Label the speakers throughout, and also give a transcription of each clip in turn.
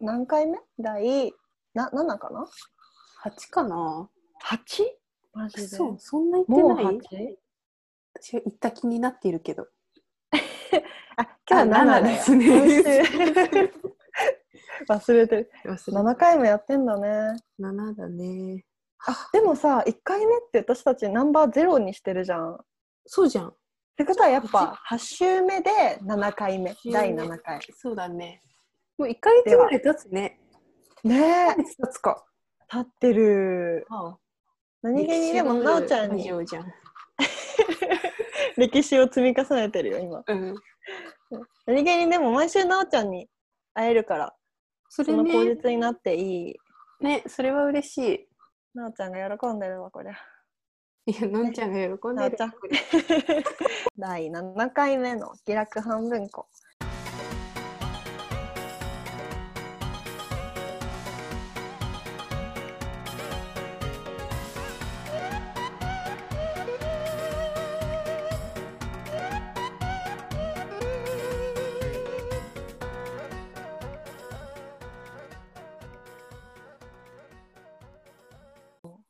Speaker 1: 何回目第な7かな
Speaker 2: 八かな。
Speaker 1: ?8? マジで。
Speaker 2: そう、そんな
Speaker 1: も
Speaker 2: 行
Speaker 1: う
Speaker 2: ってない
Speaker 1: 8?
Speaker 2: 私は行った気になっているけど。
Speaker 1: あ、今日は7
Speaker 2: で
Speaker 1: ですす
Speaker 2: ね。
Speaker 1: ね。忘れてる。
Speaker 2: 7
Speaker 1: 7回もやってんだね。
Speaker 2: だね。
Speaker 1: あ、でもさ、1回目って私たちナンバーゼロにしてるじゃん。っ
Speaker 2: そうじゃん。
Speaker 1: てことはやっぱ8週目で7回目。第7回。
Speaker 2: そうだね。もう1ヶ月ぐらい経つね。
Speaker 1: ねえ、
Speaker 2: いつ経つか。
Speaker 1: 立ってる。何気にでも、なおちゃんに
Speaker 2: ラジオじゃん。
Speaker 1: 歴史を積み重ねてるよ、今。
Speaker 2: うん。
Speaker 1: 何気にでも、毎週なおちゃんに会えるから、
Speaker 2: そ
Speaker 1: そ
Speaker 2: れ
Speaker 1: の口
Speaker 2: ね、
Speaker 1: 実になっていい。
Speaker 2: ね、それは嬉しい。
Speaker 1: なおちゃんが喜んでるわ、これ。
Speaker 2: いや、のんちゃんが喜ん
Speaker 1: な
Speaker 2: で
Speaker 1: お
Speaker 2: る
Speaker 1: ち。ゃん。第7回目の気楽半分こ。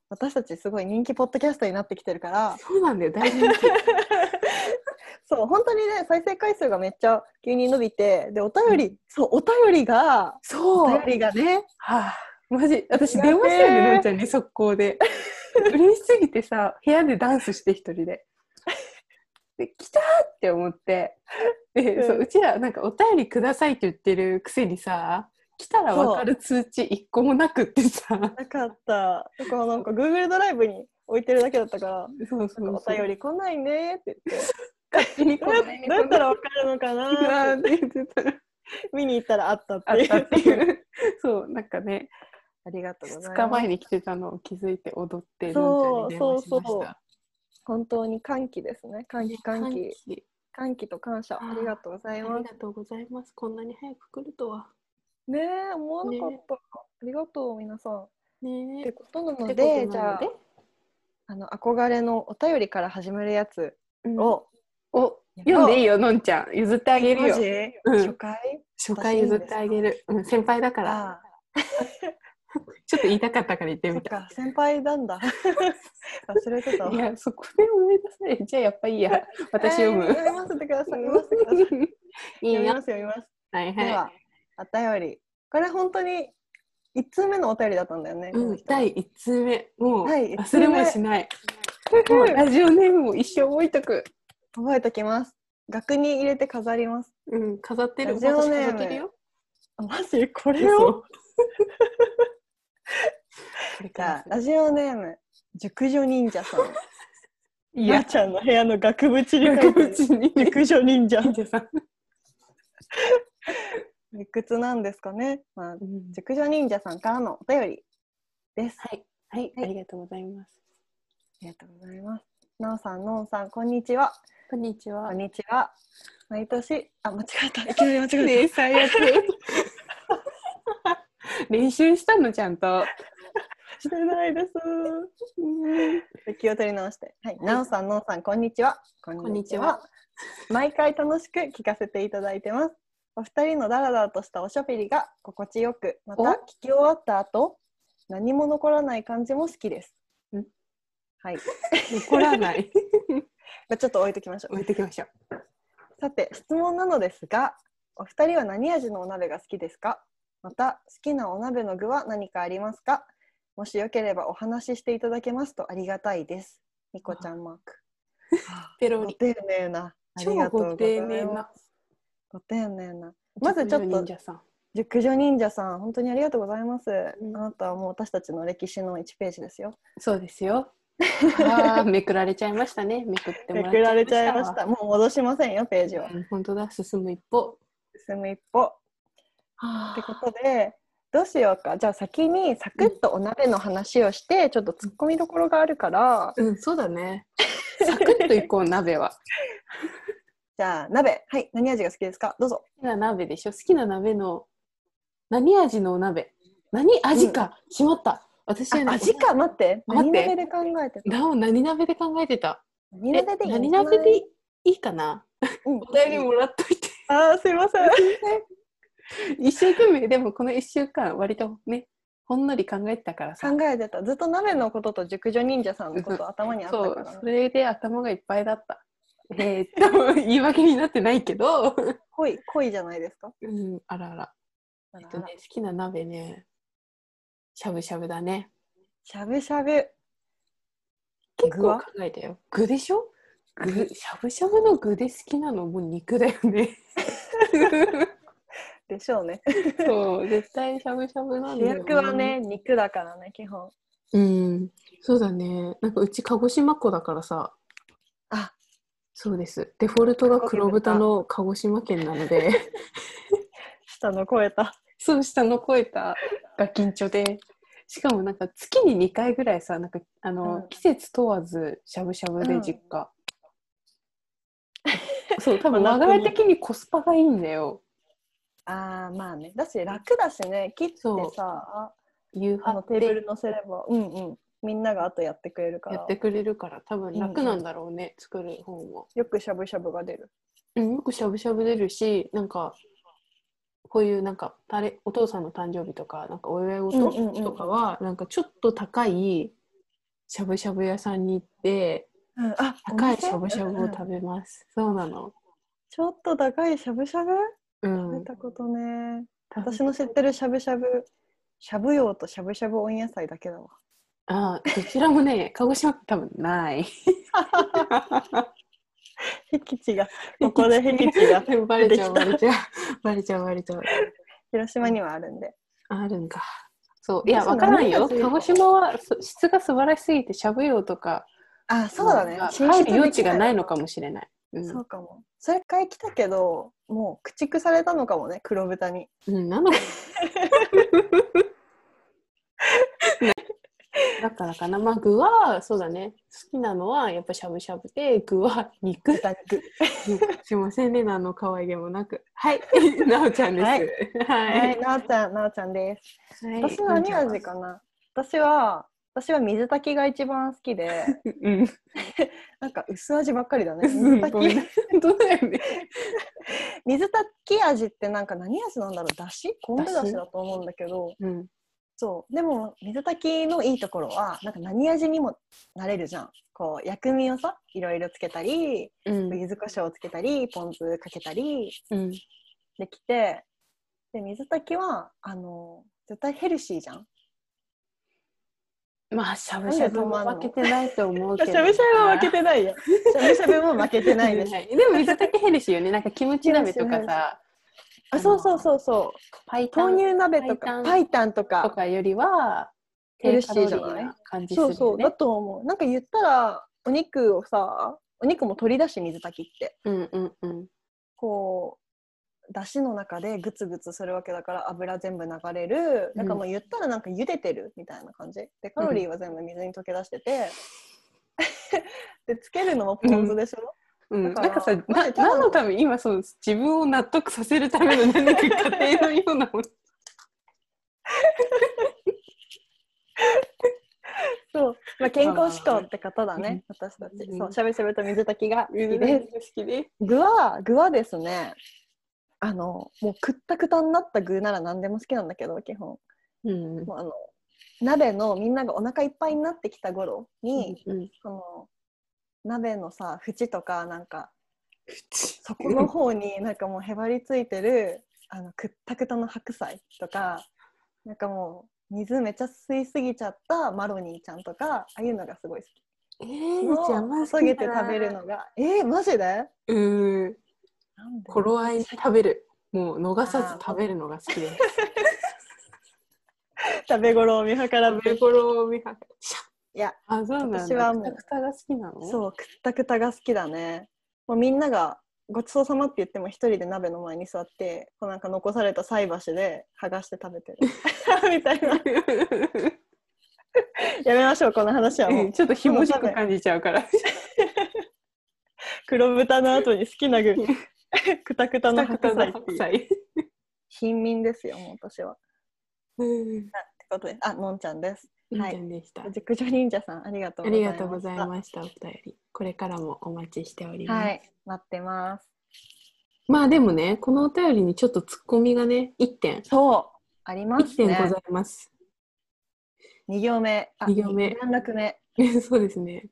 Speaker 1: 私たちすごい人気ポッドキャストになってきてるから
Speaker 2: そうなんだよ、大事な人
Speaker 1: そう本当にね再生回数がめっちゃ急に伸びてでお便り、そうお便りがお
Speaker 2: そう。
Speaker 1: 便りがね
Speaker 2: はあ、マジ私
Speaker 1: 苦手
Speaker 2: 電話したよねのんちゃんに速 攻で嬉しすぎてさ部屋でダンスして一人でで来たって思ってで、う
Speaker 1: うん
Speaker 2: そううちらなんかお便りくださいって言ってるくせにさ来たら分かる通知一個もなくってさ
Speaker 1: なかっただからなんか Google ドライブに置いてるだけだったから
Speaker 2: そう
Speaker 1: なんかお便り来ないねって言って
Speaker 2: 勝手に
Speaker 1: どうやどうやったらわかるのかなって
Speaker 2: って言ってたら
Speaker 1: 見に行ったらあったっ
Speaker 2: あ
Speaker 1: て
Speaker 2: っ
Speaker 1: いう
Speaker 2: たっていうそうなんかね
Speaker 1: ありがとうございま
Speaker 2: 2
Speaker 1: す
Speaker 2: 日前に来てたのを気づいて踊って
Speaker 1: そう
Speaker 2: のんちゃんに電話しました
Speaker 1: そうそう本当に歓喜ですね歓喜歓
Speaker 2: 歓
Speaker 1: 喜
Speaker 2: 喜
Speaker 1: 歓喜と感謝
Speaker 2: あー
Speaker 1: ありがとうござい
Speaker 2: あ
Speaker 1: ま
Speaker 2: り
Speaker 1: す
Speaker 2: がとうございます。こんなに早く来るとは。
Speaker 1: ねえ思わなか
Speaker 2: ね
Speaker 1: った、ありがとう皆さんっ
Speaker 2: ね
Speaker 1: て
Speaker 2: え。
Speaker 1: ことなの
Speaker 2: っ
Speaker 1: で
Speaker 2: てことなので
Speaker 1: じゃああの憧れのお便りから始めるやつ
Speaker 2: うんお
Speaker 1: を、
Speaker 2: 読んでいいよ、のんちゃん。譲ってあげる
Speaker 1: マ
Speaker 2: よ
Speaker 1: ジ。、
Speaker 2: うん
Speaker 1: 初回
Speaker 2: 初回譲ってあげる。うん、先輩だから。
Speaker 1: あ
Speaker 2: ちょっと言いたかったから言って
Speaker 1: あそ
Speaker 2: み
Speaker 1: ったか。先輩なん だ忘れてたわ
Speaker 2: いや、そこで思い出せない。じゃあ、やっぱいい や。私読む
Speaker 1: えー。読ませてください読ませてください
Speaker 2: いい
Speaker 1: 読み
Speaker 2: よ
Speaker 1: ま。す読みます、
Speaker 2: はい
Speaker 1: で
Speaker 2: は
Speaker 1: はお便りこれ本当に1通目のお便りだったんだよね、
Speaker 2: い。
Speaker 1: こ
Speaker 2: う
Speaker 1: の
Speaker 2: ん、
Speaker 1: 人
Speaker 2: 第1通目。もう、
Speaker 1: 第一通目
Speaker 2: 忘れもしない。
Speaker 1: ふ
Speaker 2: もう
Speaker 1: ふ
Speaker 2: ラジオネームも一生置いとく。
Speaker 1: 覚えときます額に入れて飾ります
Speaker 2: うん、飾ってる。
Speaker 1: ラジオネーム
Speaker 2: 私飾ってるよ。
Speaker 1: あマジこれ
Speaker 2: 嘘
Speaker 1: を
Speaker 2: これ
Speaker 1: じ
Speaker 2: か
Speaker 1: ゃ
Speaker 2: ら
Speaker 1: あラジオネーム熟女忍者さん
Speaker 2: い
Speaker 1: なあ
Speaker 2: や、
Speaker 1: ちゃんの部屋の額縁に書
Speaker 2: 額
Speaker 1: いてる
Speaker 2: 縁に
Speaker 1: 熟女忍者
Speaker 2: 忍者さん。
Speaker 1: いくつなんですかね、まあ、
Speaker 2: うん
Speaker 1: 熟女忍者さんからのお便りですあ
Speaker 2: はい、はい、
Speaker 1: はい
Speaker 2: ありがとうございます。
Speaker 1: りがとうございますなおさんのんさんこんにちは
Speaker 2: こんにち
Speaker 1: こ
Speaker 2: は
Speaker 1: ん。にちは毎年あ間違えたいきなり間違え
Speaker 2: え、最悪。練習したのちゃんと。
Speaker 1: たしてないです気を取り直してはいなおさんのんさんこんにちはこ
Speaker 2: んにちは
Speaker 1: 毎回楽しく聞かせていただいてますお二人のダラダラとしたおしゃべりが心地よくまた
Speaker 2: お
Speaker 1: 聞き終わった後何も残らない感じも好きです
Speaker 2: ん
Speaker 1: はい
Speaker 2: 怒らない。
Speaker 1: まあちょっと置いときましょう
Speaker 2: 置いてきましょう。
Speaker 1: さて質問なのですがお二人は何味のお鍋が好きですかまた好きなお鍋の具は何かありますかもしよければお話ししていただけますとありがたいですニコちゃんマーク
Speaker 2: ペロ
Speaker 1: ご
Speaker 2: リ。
Speaker 1: 丁寧なあり
Speaker 2: 超
Speaker 1: がとう
Speaker 2: ご
Speaker 1: ござい
Speaker 2: 丁
Speaker 1: ます
Speaker 2: 寧な。
Speaker 1: ご丁寧なまずちょっと
Speaker 2: 忍者さん。
Speaker 1: 熟女忍者さん本当にありがとうございます、
Speaker 2: うん
Speaker 1: あなたはもう私たちの歴史の1ページですよ
Speaker 2: そうですよ。ああ、めくられちゃいましたね。めくっても
Speaker 1: め
Speaker 2: ら
Speaker 1: くられちゃいましたもう戻しませんよページ
Speaker 2: わ。
Speaker 1: は
Speaker 2: うん本当だ、進む一歩。
Speaker 1: 進む一歩ってことでどうしようかじゃあ先にサクッとお鍋の話をして、ちょっとツッコミどころがあるから、
Speaker 2: うん、そうだね。サクッといこう、鍋は。
Speaker 1: じゃあ鍋はい何味が好きですかどうぞ
Speaker 2: 好きな鍋でしょ好きな鍋の何味のお鍋何味か、しまった私はね
Speaker 1: あ味か待って何
Speaker 2: 待って
Speaker 1: 鍋で考えてた
Speaker 2: なお何鍋で考えてた
Speaker 1: 何鍋でいいの
Speaker 2: え何鍋でいいかな
Speaker 1: うん
Speaker 2: お便りもらっといて
Speaker 1: あーすいません
Speaker 2: 一生懸命でもこの1週間割とねほんのり考えてたからさ
Speaker 1: 考えてたずっと鍋のことと熟女忍者さんのこと頭にあった
Speaker 2: そ
Speaker 1: か
Speaker 2: う
Speaker 1: ら、ね
Speaker 2: そ、れで頭がいっぱいだったえーっと言い訳になってないけど、
Speaker 1: 恋恋じゃないですか
Speaker 2: うん、あらあら、えっとね、好きな鍋ねしゃぶしゃぶだね
Speaker 1: しゃぶしゃぶ
Speaker 2: 結
Speaker 1: 具
Speaker 2: 構
Speaker 1: は
Speaker 2: 考えたよ具でしょ具しゃぶしゃぶの具で好きなのもう肉だよね
Speaker 1: でしょうね
Speaker 2: そう絶対しゃぶしゃぶなん
Speaker 1: 主
Speaker 2: だよね
Speaker 1: 役はね肉だからね基本
Speaker 2: うんそうだねなんかうち鹿児島っ子だからさ
Speaker 1: あ
Speaker 2: そうですデフォルトが黒豚の鹿児島県なので
Speaker 1: 下の超えた
Speaker 2: そう下の超えたが緊張でしかもなんか月に2回ぐらいさなんかあの、
Speaker 1: うん
Speaker 2: 季節問わずしゃぶしゃぶ
Speaker 1: う
Speaker 2: で
Speaker 1: ん
Speaker 2: 実家、そう多分
Speaker 1: 真
Speaker 2: 流
Speaker 1: 夏に
Speaker 2: れ的にコスパがいいんだよ
Speaker 1: あーまあねだし楽だしね切って
Speaker 2: そう
Speaker 1: さ
Speaker 2: 夕
Speaker 1: あの
Speaker 2: 飯
Speaker 1: テーブル乗せればうんうんみんながあとやってくれるか
Speaker 2: や
Speaker 1: ら
Speaker 2: ってくれるから多分楽なんだろうね、作る方も、
Speaker 1: よくしゃぶしゃぶが出る
Speaker 2: うん、よくしゃぶしゃぶ出るしなんかこういうなんかタレお父さんの誕生日とかなんかお祝い事
Speaker 1: うんうんうん
Speaker 2: とかは、なんかちょっと高いしゃぶしゃぶ屋さんに行って
Speaker 1: うん、あ
Speaker 2: 高いしゃぶしゃぶを
Speaker 1: べ
Speaker 2: 食べます。そうなの。
Speaker 1: ちょっと高いしゃぶしゃぶ
Speaker 2: う
Speaker 1: 食
Speaker 2: ん
Speaker 1: べ。たことね
Speaker 2: 食べ
Speaker 1: 私の知ってるしゃぶしゃぶしゃぶ用としゃぶしゃぶ温野菜だけだわ
Speaker 2: あー、どちらもね、鹿児島って多分ない。
Speaker 1: 僻地 がここで僻地が
Speaker 2: バレちゃう、
Speaker 1: 出
Speaker 2: バ
Speaker 1: て
Speaker 2: レちゃう、バレちゃう、バレちゃう。
Speaker 1: 広島にはあるんで
Speaker 2: あるんか。そう、いや、
Speaker 1: そう
Speaker 2: わからんよ。
Speaker 1: 何が
Speaker 2: 鹿児島はそ質が素晴らしすぎて、しゃぶ用とか。
Speaker 1: あそうだね
Speaker 2: なんか
Speaker 1: 進出
Speaker 2: 入
Speaker 1: で
Speaker 2: る
Speaker 1: き
Speaker 2: 余地がないのかもしれない。う
Speaker 1: そ
Speaker 2: ん
Speaker 1: うかもそれ一回来たけどもう駆逐されたのかもね黒豚に
Speaker 2: うん、なの。 ねだからかな、まあ、具はそうだね好きなのはやっぱしゃぶしゃぶで具は肉
Speaker 1: 豚肉
Speaker 2: すいませんね、何の可愛げもなく。 はい、なおちゃんです。
Speaker 1: は
Speaker 2: はいい。
Speaker 1: はい、なおちゃん、なおちゃんです。
Speaker 2: はい
Speaker 1: 私何味かな。私は、私は水炊きが一番好き で、
Speaker 2: うん。
Speaker 1: なんか薄味ばっかりだね。
Speaker 2: う
Speaker 1: 水
Speaker 2: んごめ
Speaker 1: 炊
Speaker 2: ん
Speaker 1: き、
Speaker 2: 本当だよね。
Speaker 1: 水炊き味ってなんか何味なんだろう。だし、昆布だ
Speaker 2: だ
Speaker 1: し
Speaker 2: し
Speaker 1: だと思うんだけど、
Speaker 2: うん。
Speaker 1: そう。でも水炊きのいいところは、なんか何味にもなれるじゃん。こう薬味をさ、いろいろつけたり、
Speaker 2: うん。
Speaker 1: 柚子胡椒をつけたり、ポン酢かけたり
Speaker 2: うん。
Speaker 1: できて、で水炊きはあの絶対ヘルシーじゃん。
Speaker 2: まあ、しゃぶしゃぶも負けてないと思うけ
Speaker 1: し
Speaker 2: ど。
Speaker 1: ゃぶしゃぶは負けてないよ。 しゃぶしゃぶも負けてないです。
Speaker 2: でも、水炊きヘルシーよね。なんか、キムチ 鍋とかさ、
Speaker 1: あ、そうそうそうそう。
Speaker 2: パイタン
Speaker 1: 豆乳鍋とか、パ
Speaker 2: 白湯
Speaker 1: イタンと
Speaker 2: と
Speaker 1: か。
Speaker 2: かよりは、
Speaker 1: ヘルシーじゃない
Speaker 2: 低カロリーな感じする
Speaker 1: そ
Speaker 2: よ
Speaker 1: う
Speaker 2: ね。
Speaker 1: そう、だと思う。なんか言ったら、お肉をさ、お肉も取り出し水炊きって。
Speaker 2: うんうんうん。
Speaker 1: こう、だしの中でグツグツするわけだから油全部流れる。だからもう言ったらなんか茹でてるみたいな感じ。で、カロリーは全部水に溶け出して て。で、つけるのもポン酢でしょ、
Speaker 2: うん、
Speaker 1: だから
Speaker 2: なんかさ、な
Speaker 1: まあただの
Speaker 2: 何のため今そう自分を納得させるための何か過程のような もの
Speaker 1: そう。まあ、健康志向って方だね、私たち。
Speaker 2: うん
Speaker 1: そう、しゃぶしゃぶと水炊きが好きです。
Speaker 2: 好きです。
Speaker 1: 具は具はですねあのもうくったくたになった具なら何でも好きなんだけど基本
Speaker 2: うん。
Speaker 1: もうあの鍋のみんながお腹いっぱいになってきた頃に、
Speaker 2: うん。
Speaker 1: その鍋のさ縁とかなんか
Speaker 2: そ
Speaker 1: この方 になんかもうへばりついてるあのくったくたの白菜とかなんかもう水めっちゃ吸いすぎちゃったマロニーちゃんとかああいうのがすごい好き。
Speaker 2: え
Speaker 1: の
Speaker 2: ー、じゃあまず
Speaker 1: 注げて食べる。のがえー、マジで
Speaker 2: うん。
Speaker 1: なんで
Speaker 2: 頃合いに食べる。もう逃さず食べるのが好きです。
Speaker 1: 食べ頃を見計らっ
Speaker 2: 食
Speaker 1: て
Speaker 2: べ頃を見はシャッ。
Speaker 1: いや、
Speaker 2: あ、そうなんだ。
Speaker 1: 私はもう
Speaker 2: クタクタが好きなの。う。
Speaker 1: そう、くったくたが好きだね。もうみんながごちそうさまって言っても一人で鍋の前に座って、こうなんか残された菜箸で剥がして食べてる。 みたいな。やめましょう、この話 はもう。
Speaker 2: ちょっとひもじく感じちゃうから。
Speaker 1: 黒豚の後に好きな具、 くたくたの白菜っていう。
Speaker 2: 菜。
Speaker 1: 貧民ですよ、もう私は。っ
Speaker 2: うん。
Speaker 1: てことで、あ、のんちゃんです。
Speaker 2: み
Speaker 1: はい
Speaker 2: ーちゃんでした。
Speaker 1: 熟女忍者さん、ありがとう
Speaker 2: あ
Speaker 1: ござい
Speaker 2: り
Speaker 1: ま
Speaker 2: が
Speaker 1: した。
Speaker 2: とうございました。お便り。これからもお待ちしております。
Speaker 1: はい、待ってます。
Speaker 2: まあでもね、このお便りにちょっとツッコミがね、1点、
Speaker 1: そうありま
Speaker 2: 1
Speaker 1: す
Speaker 2: 点ご
Speaker 1: ね
Speaker 2: ざいます。
Speaker 1: 2行目あ
Speaker 2: 二行目
Speaker 1: 段落目
Speaker 2: そうですね。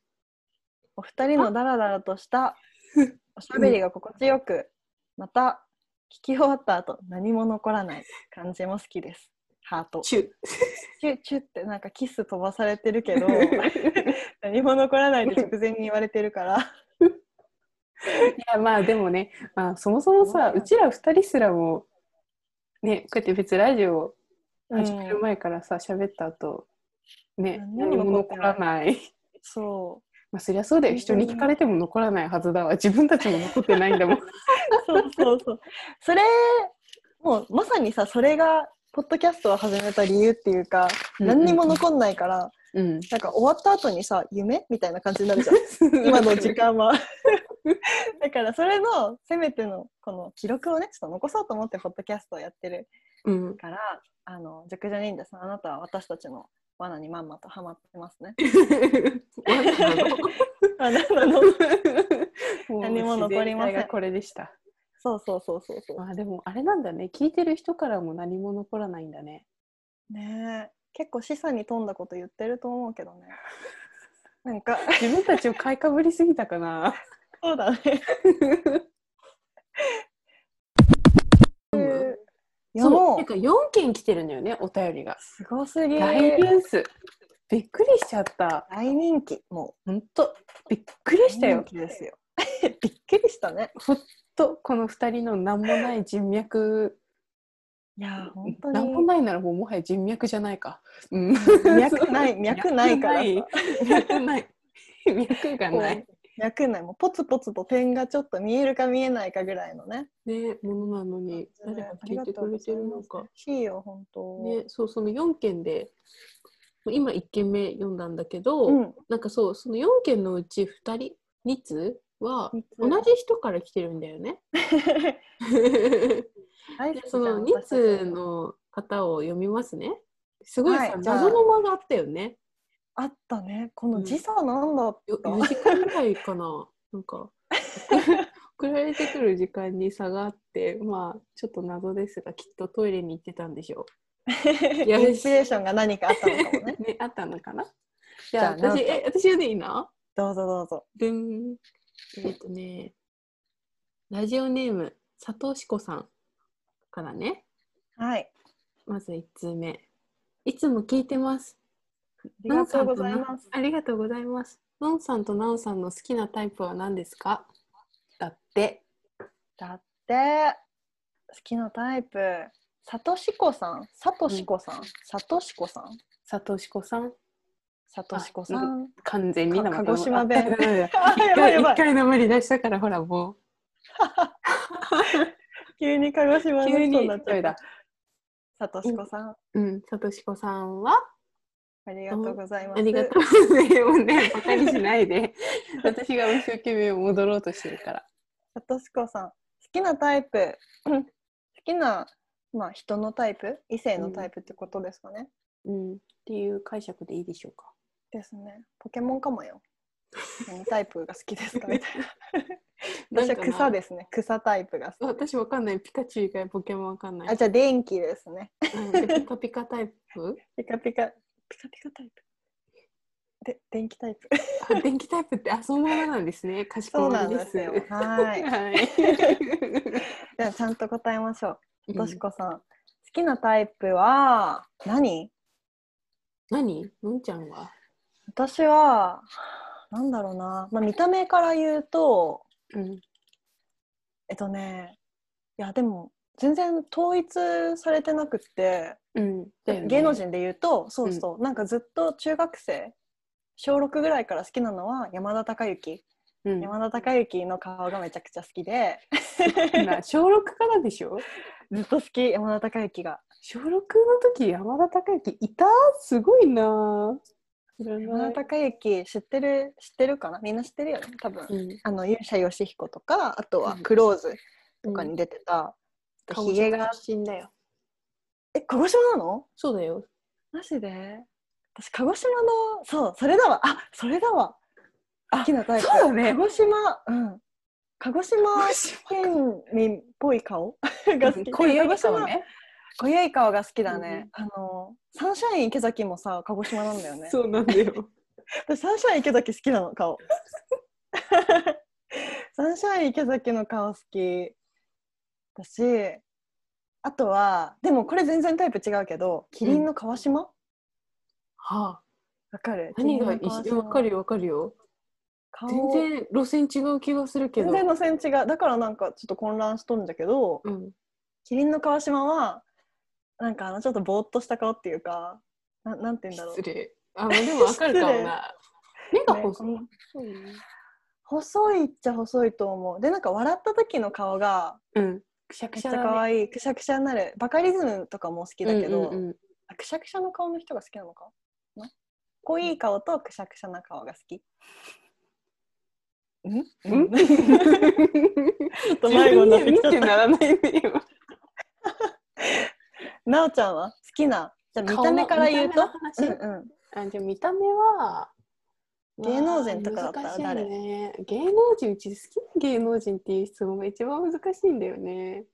Speaker 1: お二人のダラダラと したおしゃべりが心地よく、また聞き終わった後何も残らない感じも好きですハート
Speaker 2: チュ。
Speaker 1: チュッチュッってなんかキス飛ばされてる けど何も残らないって直前に言われてる から
Speaker 2: いやまあでもね、まあ、そもそもさうちら二人すらもねこうやって別にラジオ始める前からさ喋、った後ね
Speaker 1: 何
Speaker 2: 何
Speaker 1: も
Speaker 2: も
Speaker 1: 残
Speaker 2: 残
Speaker 1: ら
Speaker 2: らない
Speaker 1: そう
Speaker 2: まあそりゃそうだよ
Speaker 1: 本
Speaker 2: 人
Speaker 1: 当に
Speaker 2: に聞かれても残らないはずだわ自分たちも残ってないんだもん
Speaker 1: そうそうそう。それ、もうまさにさ、それが、ポッドキャストを始めた理由っていうか、
Speaker 2: うん
Speaker 1: 何にも残んないから、
Speaker 2: うん
Speaker 1: なんか終わった後にさ、夢みたいな感じになるじゃん。今の時間は。 だから、それの、せめての、この記録をね、ちょっと残そうと思って、ポッドキャストをやってる
Speaker 2: うん
Speaker 1: から、あの、ジャクジャニンダさん、あなたは私たちの罠にまんまとハマってますね。あなたの。
Speaker 2: もう
Speaker 1: 何も残りません
Speaker 2: 自然体がこれでした
Speaker 1: そうそうそうそうそ
Speaker 2: まあでもあれなんだね聞いてる人からも何も残らないんだね
Speaker 1: う。ねえ。結構示唆に富んだこと言ってると思うけどね。なんか。
Speaker 2: 自分たちを買いかぶりすぎたかな
Speaker 1: そうだね。 いや
Speaker 2: そう
Speaker 1: も
Speaker 2: て
Speaker 1: う
Speaker 2: か4件来てるんだよねお便りが
Speaker 1: すごすぎ
Speaker 2: 大ニュースびっくりしちゃった
Speaker 1: 大人気も
Speaker 2: ほんとびっくり
Speaker 1: う
Speaker 2: した
Speaker 1: 大人
Speaker 2: よ
Speaker 1: 気です よびっくりしたね
Speaker 2: ほっとこの2人の何もない人脈
Speaker 1: いや本当
Speaker 2: 何も
Speaker 1: に
Speaker 2: ないならもうもはや人脈じゃないか、うん、
Speaker 1: 脈 ない脈ないからさ
Speaker 2: 脈ない脈がない
Speaker 1: こう脈ないもうポツポツと点がちょっと見えるか見えないかぐらいのね
Speaker 2: ねものなのに誰が聞いてくれてるのか
Speaker 1: 嬉しいよ本当
Speaker 2: ねそうその4件で今1件目読んだんだけど、
Speaker 1: うん
Speaker 2: なんかそうその4件のうち2人2通は
Speaker 1: 二通
Speaker 2: 同じ人から来てるんだよ ね。
Speaker 1: 大好
Speaker 2: で
Speaker 1: きじゃ
Speaker 2: そ
Speaker 1: ん
Speaker 2: の2通の方を読みますね。すごいさ、
Speaker 1: はいじゃあ
Speaker 2: 謎の間があったよね。
Speaker 1: あったねこの時差なんだった
Speaker 2: よ4時間ぐらいかな。なん か送られてくる時間に差があってまあちょっと謎ですがきっとトイレに行ってたんでしょ
Speaker 1: インスピレーションが何かあったのかもね
Speaker 2: う。ねあったのかな
Speaker 1: じ
Speaker 2: じ
Speaker 1: ゃあ
Speaker 2: ゃあ
Speaker 1: なん
Speaker 2: 私
Speaker 1: か
Speaker 2: え私読んでいいな
Speaker 1: どうぞどうぞ
Speaker 2: でんえっとねラジオネーム佐藤志子さんからね
Speaker 1: はい
Speaker 2: まず1通目いつも聞いてます
Speaker 1: ありがとうございます
Speaker 2: ありがとうございますのんさんとなおさんの好きなタイプは何ですかだって
Speaker 1: だって好きなタイプさとしこさんさとしこさんさとしこさん
Speaker 2: 佐藤志子さん
Speaker 1: さとしこさん
Speaker 2: 完全に名前
Speaker 1: か鹿児島弁
Speaker 2: あや
Speaker 1: あ やば
Speaker 2: ばい
Speaker 1: い
Speaker 2: や
Speaker 1: や
Speaker 2: ばい
Speaker 1: ば
Speaker 2: 一
Speaker 1: い
Speaker 2: 回名前出したからほらも
Speaker 1: 急に鹿児島の
Speaker 2: う急
Speaker 1: 人
Speaker 2: に
Speaker 1: になっちゃった
Speaker 2: だ
Speaker 1: さとしこさん
Speaker 2: うん佐藤志子さんは
Speaker 1: ありがとうございます
Speaker 2: ありがとうございます。ね、バカにしない で。私が一生懸命戻ろうとしてるから。
Speaker 1: さとしこさん好きなタイプ 好きなまあ人のタイプ異性のタイプってことですかね、
Speaker 2: うん、っていう解釈でいいでしょうか。
Speaker 1: ですねポケモンかもよ何タイプが好き ですかみたいな私は
Speaker 2: なんかな
Speaker 1: 草ですね草タイプが好き
Speaker 2: 私わかんない。ピカチュウ以外ポケモンわかんな
Speaker 1: あ
Speaker 2: い。
Speaker 1: じゃあ電気ですね
Speaker 2: うんでピカピカタイプ
Speaker 1: ピカピカ、ピカピカタイプ。で、電気タイプ。
Speaker 2: あ電気タイプってあそのままなんですね。
Speaker 1: そ
Speaker 2: 賢
Speaker 1: うないん
Speaker 2: で。
Speaker 1: ですすよ。 はい。
Speaker 2: はい。
Speaker 1: じゃあ、ちゃんと答えましょう。
Speaker 2: う
Speaker 1: と
Speaker 2: ん
Speaker 1: しこさん、好きなタイプは何？
Speaker 2: 何のんちゃんは
Speaker 1: 私はなんだろうな。まあ見た目から言うと、
Speaker 2: うん。
Speaker 1: えっとね、いやでも全然統一されてなくって、
Speaker 2: うん。だよね
Speaker 1: 芸能。人で言うと、そうそう、なんかずっと中学生。小6ぐらいから好きなのは山田孝之、
Speaker 2: うん。
Speaker 1: 山田孝之の顔がめちゃくちゃ好きで
Speaker 2: な小6からでしょ
Speaker 1: ずっと好き山田孝之が
Speaker 2: 小6の時山田孝之いたすごいな知ら
Speaker 1: 山田孝之知ってる知ってるかなみんな知ってるよね多分、
Speaker 2: うん
Speaker 1: あの勇者よしひことかあとは
Speaker 2: うん
Speaker 1: クローズとかに出てた、
Speaker 2: 顔
Speaker 1: ひげが
Speaker 2: 出身だよ
Speaker 1: え鹿児島なの
Speaker 2: そうだよ
Speaker 1: マジで私鹿児島のそうそれだわあそれだわ
Speaker 2: あ
Speaker 1: 好きなタイプ
Speaker 2: そうだね
Speaker 1: 鹿児島うん鹿児島県民っぽい顔が好き
Speaker 2: 濃い
Speaker 1: 鹿
Speaker 2: や
Speaker 1: 児
Speaker 2: つを
Speaker 1: 島
Speaker 2: ね。
Speaker 1: 濃い顔が好きだね、あのサンシャイン池崎もさ鹿児島なんだよね
Speaker 2: そうなんだよ。
Speaker 1: 私サンシャイン池崎好きなの顔サンシャイン池崎の顔好きだしあとはでもこれ全然タイプ違うけどキリンの川島わ、
Speaker 2: はあ、
Speaker 1: かる
Speaker 2: 何が
Speaker 1: キリンの川
Speaker 2: 一緒
Speaker 1: 島
Speaker 2: わかるよわかるよ。
Speaker 1: 顔
Speaker 2: 全然路線違う気がするけ
Speaker 1: 全
Speaker 2: ど。
Speaker 1: 然の線違うだからなんかちょっと混乱しとんじゃけど、
Speaker 2: うん。
Speaker 1: キリンの川島はなんかあのちょっとぼーっとした顔っていうかななんて言うんだろう
Speaker 2: 失礼。あ、まあ、でもわかるかもな。目が細い
Speaker 1: ね。細いっちゃ細いと思うでなんか笑った時の顔が
Speaker 2: うん。くしゃ
Speaker 1: め
Speaker 2: く
Speaker 1: っ
Speaker 2: し
Speaker 1: ち
Speaker 2: ゃ
Speaker 1: ゃ
Speaker 2: だ、ね。
Speaker 1: 可
Speaker 2: い
Speaker 1: 愛い、くしゃくしゃになるバカリズムとかも好きだけど、 あくしゃくしゃの顔の人が好きなのかな濃い顔とくしゃくしゃな顔が好きん
Speaker 2: ん
Speaker 1: ちょっと
Speaker 2: 自
Speaker 1: 迷子
Speaker 2: 分
Speaker 1: になって
Speaker 2: で見
Speaker 1: きちゃってた
Speaker 2: ならないね今
Speaker 1: なおちゃんは好きなじゃあ見た目から言うと
Speaker 2: 顔の見た目の話
Speaker 1: うんうん
Speaker 2: あじゃあ見た目は
Speaker 1: 芸能人とかだったら
Speaker 2: わあ難しいね、芸能人うち好きな芸能人っていう質問が一番難しいんだよね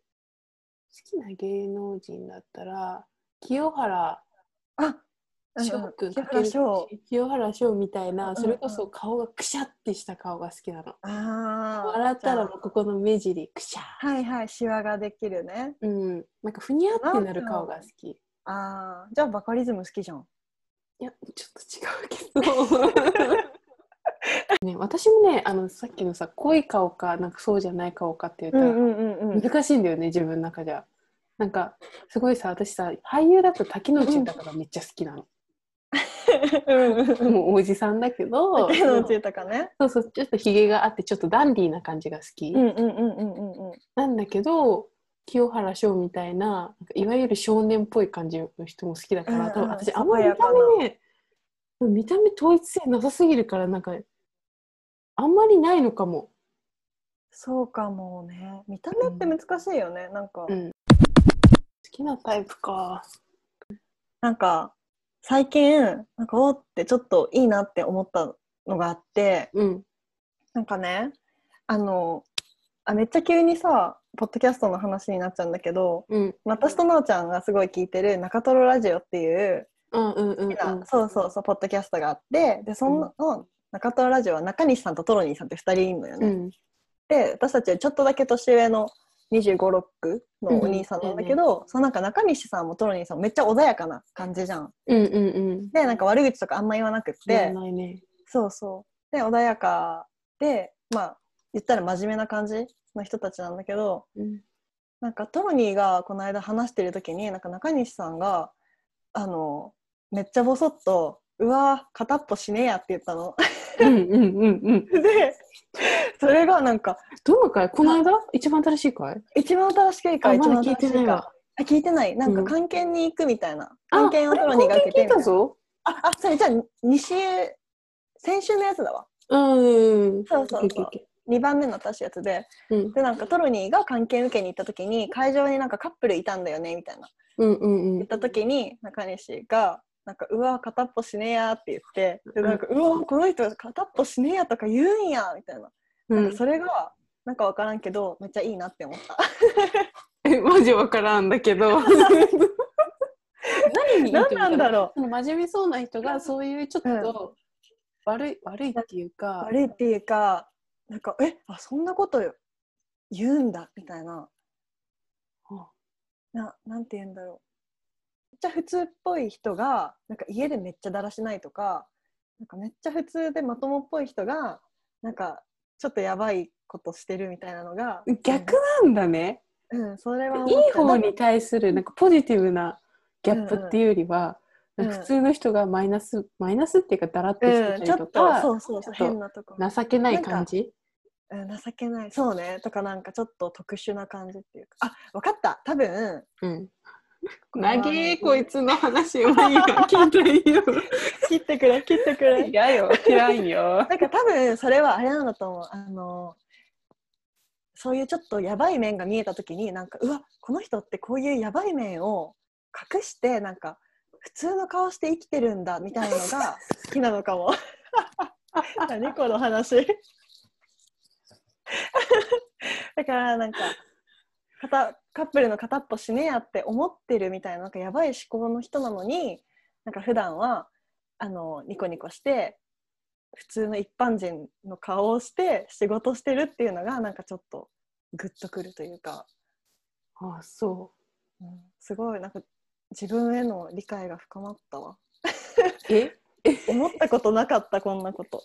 Speaker 2: 好きな芸能人だったら清原
Speaker 1: あ
Speaker 2: 翔くん
Speaker 1: 清
Speaker 2: か
Speaker 1: 原
Speaker 2: ける
Speaker 1: 翔
Speaker 2: 清原翔みた
Speaker 1: うん
Speaker 2: い
Speaker 1: うん
Speaker 2: なそれこそ顔がくしゃってした顔が好きなの
Speaker 1: あー
Speaker 2: 笑ったら
Speaker 1: じ
Speaker 2: もうここの目尻くしゃ
Speaker 1: ゃあはいはいシワができるね
Speaker 2: うんなんかふにゃってなる顔が好きい
Speaker 1: あーじゃあバカリズム好きじゃん
Speaker 2: やちょっと違うけど ね、私もねあのさっきのさ濃い顔かなんかそうじゃない顔かって言ったら、
Speaker 1: んうんうん
Speaker 2: 難しいんだよね自分の中じゃなんかすごいさ私さ俳優だと滝野内豊がめっちゃ好きなの、もうおじさんだけど
Speaker 1: 竹 野内豊ね
Speaker 2: そうそうちょっとひげがあってちょっとダンディーな感じが好き、
Speaker 1: うんうんうんうんうんうん
Speaker 2: なんだけど清原翔みたいななんかいわゆる少年っぽい感じの人も好きだから、
Speaker 1: うん
Speaker 2: 多分
Speaker 1: うん
Speaker 2: 私あんまり見た目ね見た目統一性なさすぎるからなんかあんまりないのかも、
Speaker 1: そうかもね見た目って難しいよねなんか
Speaker 2: うん好きなタイプか
Speaker 1: なんか最近なんかおーってちょっといいなって思ったのがあって
Speaker 2: うん
Speaker 1: なんかねあのあめっちゃ急にさポッドキャストの話になっちゃうんだけど
Speaker 2: うん
Speaker 1: 私となおちゃんがすごい聞いてる中トロラジオっていう
Speaker 2: うんうんうんう
Speaker 1: 好きなんそうそうそうポッドキャストがあってでその、中トロラジオは中西さんとトロニーさんって2人いるのよね、
Speaker 2: うん
Speaker 1: で私たちよりちょっとだけ年上の2 5 6のお兄さんなんだけど、そのなんか中西さんもトロニーさんもめっちゃ穏やかな感じじゃん
Speaker 2: うんうんうん。
Speaker 1: でなんか悪口とかあんま言わなくって、
Speaker 2: 言わないね。
Speaker 1: そうそうで穏やかでまあ言ったら真面目な感じの人たちなんだけど
Speaker 2: うん
Speaker 1: なんかトロニーがこの間話してる時になんか中西さんがあのめっちゃボソッと「うわー片っぽ死ねや」って言ったの。
Speaker 2: うんうんうんうん。
Speaker 1: でそれがなんか
Speaker 2: どの回この間一番新しい回
Speaker 1: 一番新しいか
Speaker 2: あ、
Speaker 1: 一
Speaker 2: まだ
Speaker 1: 番
Speaker 2: 聞
Speaker 1: 新
Speaker 2: いて
Speaker 1: し
Speaker 2: ないい
Speaker 1: か
Speaker 2: わ。
Speaker 1: あ聞いてないなんか
Speaker 2: うん
Speaker 1: 関係に行くみたいな
Speaker 2: あ
Speaker 1: 関係をトロニーが受けて
Speaker 2: あれ
Speaker 1: みたい
Speaker 2: 関係聞いた
Speaker 1: な
Speaker 2: ぞ。
Speaker 1: ああそれじゃあ西江先週のやつだわ
Speaker 2: うん。
Speaker 1: そうそうそう
Speaker 2: う。
Speaker 1: 2番目の新しいやつで
Speaker 2: うん
Speaker 1: でなんかトロニーが関係受けに行った時に会場になんかカップルいたんだよねみたいな
Speaker 2: うんうんう
Speaker 1: 言っ
Speaker 2: ん。
Speaker 1: た時に中西が「なんかうわ片っぽ死ねや」って言ってで
Speaker 2: うん
Speaker 1: なんか「うわこの人片っぽ死ねや」とか言うんやみたいな,、
Speaker 2: う
Speaker 1: なん
Speaker 2: ん
Speaker 1: か、それがなんか分からんけどめっちゃいいなって思った。
Speaker 2: え マジわからんだけ ど何にいいと思った
Speaker 1: 何なんだろう
Speaker 2: その真面目そうな人がそういうちょっと悪い、悪いっていうか
Speaker 1: 悪いっていうかなんかえあそんなこと言うんだみたいな
Speaker 2: あ
Speaker 1: ななんて言うんだろうめっちゃ普通っぽい人がなんか家でめっちゃだらしないとかなんかめっちゃ普通でまともっぽい人がなんかちょっとやばいことしてるみたいなのが
Speaker 2: 逆なんだね
Speaker 1: うん、うんそれはい
Speaker 2: い方に対するなんかポジティブなギャップっていうよりは、
Speaker 1: うん
Speaker 2: なんか普通の人がマイナスマイナスっていうかだらっとしてた
Speaker 1: うん、
Speaker 2: り
Speaker 1: ちょ
Speaker 2: と
Speaker 1: っと
Speaker 2: か、
Speaker 1: そうそうそう
Speaker 2: ちょっと
Speaker 1: 変なとこ
Speaker 2: 情けない感じ
Speaker 1: うん情けないそうねとかなんかちょっと特殊な感じっていうかあわかった多分
Speaker 2: うん。
Speaker 1: れは
Speaker 2: 長えこいつの話はいいから聞いたい よ。
Speaker 1: 切ってくれ切ってくれ
Speaker 2: 嫌よ、 嫌い
Speaker 1: な
Speaker 2: よ。
Speaker 1: んか多分それはあれなんだと思うあのそういうちょっとやばい面が見えた時になんかうわこの人ってこういうやばい面を隠してなんか普通の顔して生きてるんだみたいなのが好きなのかも何この話 だからなんか片カップルの片っぽ死ねやって思ってるみたいななんかやばい思考の人なのになんか普段はあのニコニコして普通の一般人の顔をして仕事してるっていうのがなんかちょっとグッとくるというか、
Speaker 2: ああそ
Speaker 1: うんすごいなんか自分への理解が深まったわ
Speaker 2: うえ
Speaker 1: 思ったことなかったこんなこと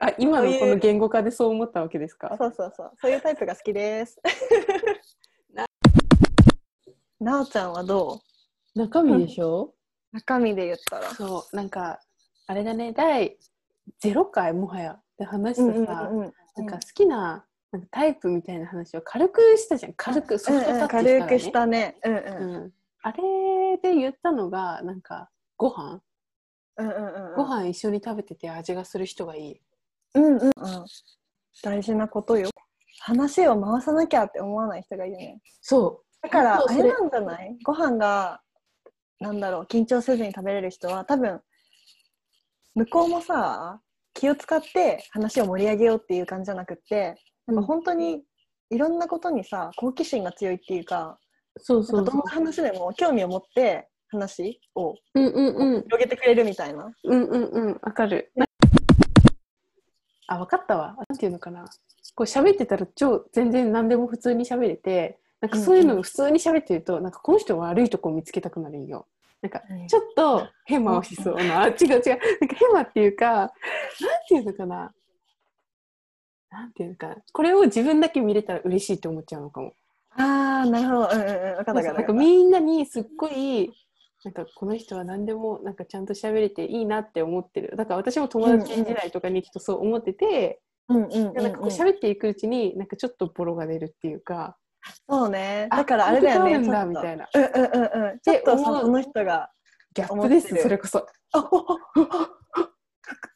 Speaker 2: あ今
Speaker 1: そ
Speaker 2: の
Speaker 1: ういう
Speaker 2: この言語化でそう思ったわけですか
Speaker 1: そうそうそうそういうタイプが好き です
Speaker 2: な
Speaker 1: なおちゃんはど
Speaker 2: 中身でしょ
Speaker 1: う中身で言ったら
Speaker 2: そうなんかあれだね第0回もはやで話したさ、
Speaker 1: うんうん
Speaker 2: なんか好きななんかタイプみたいな話を軽くしたじゃん軽くソフトタッチしたら、ね
Speaker 1: 軽くしたねうんうんうん
Speaker 2: うん、あれで言ったのがなんかご飯
Speaker 1: うんうんうん
Speaker 2: ご飯一緒に食べてて味がする人がいい、
Speaker 1: うんうんうん大事なことよ話を回さなきゃって思わない人がいるね
Speaker 2: そ
Speaker 1: だから
Speaker 2: そう
Speaker 1: あ
Speaker 2: そ
Speaker 1: れ
Speaker 2: れ
Speaker 1: なんじゃないご飯がなんだろう緊張せずに食べれる人は多分向こうもさ気を使って話を盛り上げようっていう感じじゃなくって
Speaker 2: う、
Speaker 1: なんか本当にいろんなことにさ好奇心が強いっていうか
Speaker 2: そう
Speaker 1: な
Speaker 2: そ
Speaker 1: ん
Speaker 2: う
Speaker 1: か
Speaker 2: そ
Speaker 1: どんな話でも興味を持って話を
Speaker 2: ううんうんうん
Speaker 1: 広げてくれるみたいな、
Speaker 2: うんうんうんわかるあわかったわなんていうのかなこう喋ってたら超全然何でも普通に喋れてなんかそういうのが普通に喋ってると、なんかこの人悪いとこを見つけたくなるんよなんかちょっとヘマをしそうな、あ違う違う、なんかヘマっていうか、なんていうのかな、なんていうのかな、これを自分だけ見れたら嬉しいって思っちゃうのかも。
Speaker 1: あーなるほどうんうんうん分かった分か
Speaker 2: なんか
Speaker 1: った
Speaker 2: なんか
Speaker 1: 分かっ
Speaker 2: みんなにすっごい、なんかこの人は何でもなんかちゃんと喋れていいなって思ってる。だから私も友達時代とかにきっとそう思ってて、
Speaker 1: たうんうんうんうん
Speaker 2: なんかこう喋っていくうちに、なんかちょっとボロが出るっていうか、
Speaker 1: そうね。
Speaker 2: あ
Speaker 1: だからあれだよ
Speaker 2: こうい
Speaker 1: ね。
Speaker 2: う
Speaker 1: ち
Speaker 2: とこあ
Speaker 1: ょ
Speaker 2: るん
Speaker 1: っ
Speaker 2: だ
Speaker 1: と
Speaker 2: みたいな。
Speaker 1: うんうんうんうん。ちょっと
Speaker 2: 思
Speaker 1: さ
Speaker 2: う
Speaker 1: その人が
Speaker 2: ギャップで
Speaker 1: 思って
Speaker 2: す、
Speaker 1: る
Speaker 2: それこそ。
Speaker 1: あおおお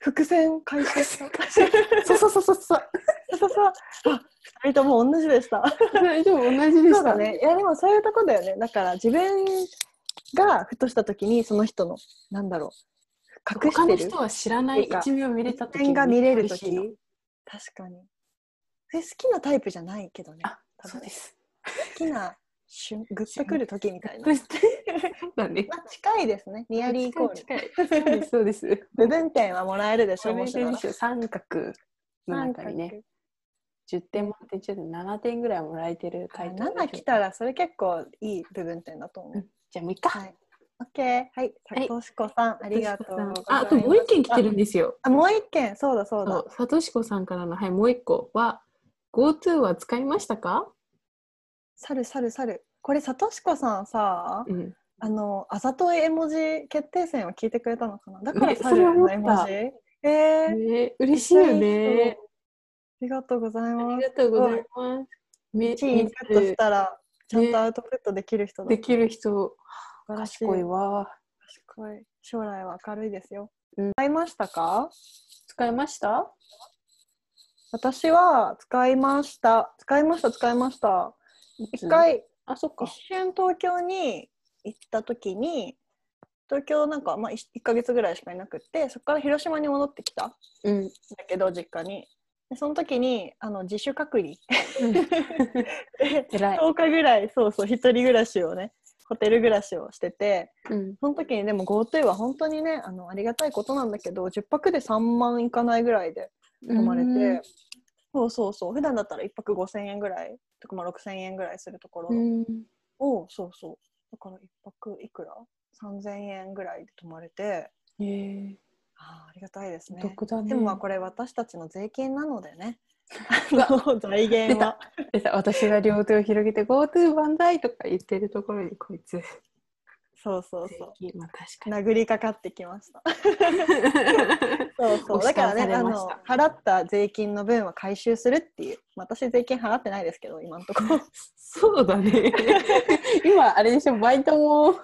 Speaker 1: 伏線回収した。
Speaker 2: そうそうそうそうそう。
Speaker 1: そうそう。あ二人とも同じでした。
Speaker 2: 大丈夫、同じで
Speaker 1: そう
Speaker 2: し
Speaker 1: だ
Speaker 2: た。
Speaker 1: ね。いやでもそういうとこだよね。だから自分がふとした時にその人のなんだろう隠
Speaker 2: 他
Speaker 1: し
Speaker 2: の
Speaker 1: てる
Speaker 2: 人は知らない一面を見れた時
Speaker 1: 点が見れる
Speaker 2: 嬉しいの
Speaker 1: 時。確かに。え好きなタイプじゃないけどね。
Speaker 2: あ
Speaker 1: 多分
Speaker 2: そうです。
Speaker 1: 好きな瞬グッとくる時みたいな。
Speaker 2: そうだね。
Speaker 1: まあ近いですね。ニアリーイコール。
Speaker 2: 近い近いそうですそうです。
Speaker 1: 部分点はもらえるでしょ。も
Speaker 2: 面
Speaker 1: ちろ
Speaker 2: 白
Speaker 1: ん
Speaker 2: いでしょ三角の中にね、10点満点中で7点ぐらいはもらえてる回答でしょう
Speaker 1: 7来たらそれ結構いい部分点だと思う。
Speaker 2: うんじゃあもういっか。
Speaker 1: はい。オッケー。はい。
Speaker 2: はい
Speaker 1: さとしこさん、ありがとうございます。
Speaker 2: ああともう一件来てるんですよ。
Speaker 1: あ。あもう一件、そうだそう
Speaker 2: そ
Speaker 1: だ
Speaker 2: う。さとしこさんからのはいもう一個は GoTo は使いましたか？
Speaker 1: 猿る猿る猿る。これさとしこさんさ、
Speaker 2: うん。
Speaker 1: あのあざとい絵文字決定戦を聞いてくれたのかな。だから
Speaker 2: ね
Speaker 1: 猿るの絵文
Speaker 2: そ
Speaker 1: 字。
Speaker 2: れ
Speaker 1: え
Speaker 2: ね
Speaker 1: ー、
Speaker 2: 嬉しいよ
Speaker 1: めっちゃいい人
Speaker 2: ね。
Speaker 1: ありがとうござい
Speaker 2: あ
Speaker 1: ま
Speaker 2: り
Speaker 1: す。
Speaker 2: がとうございます。め
Speaker 1: 一位インプットしたらちゃん
Speaker 2: ね
Speaker 1: とアウトプットできる人だ。
Speaker 2: できる人
Speaker 1: 素晴らしい。
Speaker 2: 賢いわ。
Speaker 1: 賢い。将来は明るいですよ。
Speaker 2: うん
Speaker 1: 使いましたか？
Speaker 2: 使いました
Speaker 1: 私は使いました。使いました、使いました。一回、
Speaker 2: あ、そっ
Speaker 1: 一。瞬東京に行った時に、東京なんか、まあ、1, ヶ月ぐらいしかいなくって、そこから広島に戻ってきたんだ
Speaker 2: うん。
Speaker 1: けど、実家に。でその時にあの自主隔離 で
Speaker 2: 偉い。
Speaker 1: 10日ぐらいそうそう一人暮らしをねホテル暮らしをしてて
Speaker 2: うん。
Speaker 1: その時にでも GoTo は本当にねあのありがたいことなんだけど10泊で3万いかないぐらいで泊まれて、そうそうそう普段だったら1泊5000円ぐらいとかまあ6000円ぐらいするところ
Speaker 2: うん。
Speaker 1: を、そうそうだから1泊いくら3000円ぐらいで泊まれて
Speaker 2: へえ
Speaker 1: あーありがたいです
Speaker 2: お
Speaker 1: ね。
Speaker 2: 得だね。
Speaker 1: でもまあこれ私たちの税金なので ねあの財源は
Speaker 2: 出た私が両手を広げて GoTo 万歳とか言ってるところにこいつ。
Speaker 1: そうそうそ
Speaker 2: 税金まあ確
Speaker 1: う
Speaker 2: かに。
Speaker 1: 殴りかかってきましたそうそう
Speaker 2: 押
Speaker 1: だ
Speaker 2: し
Speaker 1: から
Speaker 2: 倒
Speaker 1: ね
Speaker 2: さ
Speaker 1: あ
Speaker 2: れまし
Speaker 1: の
Speaker 2: た
Speaker 1: 払った税金の分は回収するっていう私税金払ってないですけど今のところ
Speaker 2: そうだ ね。今あれでしょバイトも。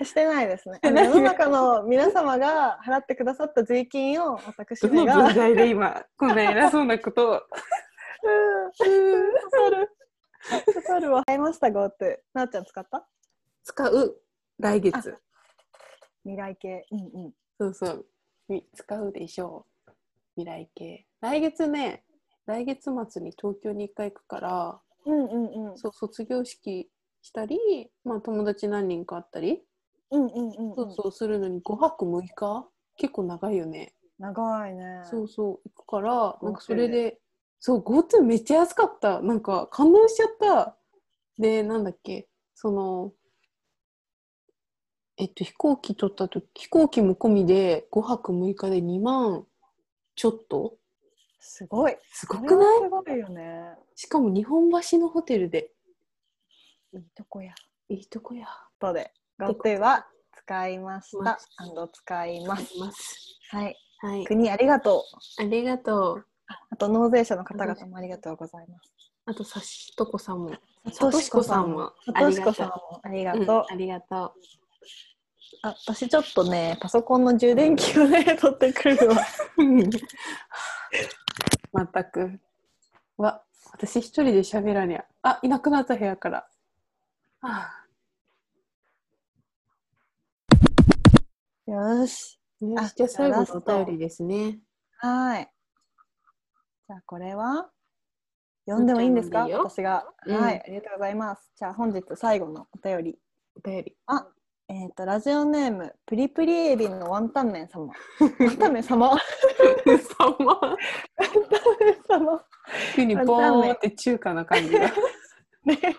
Speaker 1: してないですねあの世の中の皆様が払ってくださった税金を私
Speaker 2: どの
Speaker 1: めが
Speaker 2: 分際で今こんな偉そうなことを。
Speaker 1: 刺さる。刺 さるわ。買いました、GoTo。なおちゃん使った
Speaker 2: 使う来月。
Speaker 1: 未来系。うんうん。
Speaker 2: そうそう。み使うでしょう。未来系。来月ね、来月末に東京に一回行くから、
Speaker 1: うんうんうん。
Speaker 2: そう卒業式したり、まあ、友達何人かあったり、
Speaker 1: うんうんうんうん。
Speaker 2: そうそうするのに5泊6日結構長いよね。
Speaker 1: 長いね。
Speaker 2: そうそう行くからなんかそれ
Speaker 1: GoTo
Speaker 2: でそう GoTo めっちゃ安かったなんか感動しちゃったでなんだっけそのえっと飛行機取った時飛行機も込みで5泊6日で2万ちょっと
Speaker 1: すごい。
Speaker 2: すご
Speaker 1: そ
Speaker 2: く
Speaker 1: れ
Speaker 2: ない
Speaker 1: はすごいよね。
Speaker 2: しかも日本橋のホテルで
Speaker 1: いいとこや。
Speaker 2: いいとこや
Speaker 1: とで、GoTo は使いました。アンド使いま
Speaker 2: あ
Speaker 1: す。
Speaker 2: ります
Speaker 1: はい。
Speaker 2: はい
Speaker 1: 国ありがとう。
Speaker 2: ありがとう
Speaker 1: あと納税者の方々もありがとうございます。
Speaker 2: あとさしとこさんも
Speaker 1: さ
Speaker 2: さとしこさんも
Speaker 1: さとしこさんもありがとう。
Speaker 2: ありがとう
Speaker 1: あ私ちょっとね、パソコンの充電器をね、取ってくるわ。
Speaker 2: まったく。わ、私一人で喋らにゃ。あ、いなくなった部屋から。は
Speaker 1: よーし。
Speaker 2: あ、よ
Speaker 1: あ
Speaker 2: しじゃあ最後のお便りですね。
Speaker 1: はーい。じゃあこれは読んでもいいんですか
Speaker 2: 読ん
Speaker 1: 私が、
Speaker 2: うん
Speaker 1: はい、ありがとうございます。じゃあ本日最後のお便り。
Speaker 2: お便り。
Speaker 1: えっ、と、ラジオネーム、プリプリエビのワンタンメン 様。ワンタンメン様ワン
Speaker 2: さま。
Speaker 1: タンメン様。
Speaker 2: 急にボーンって中華な感じ が。
Speaker 1: ね、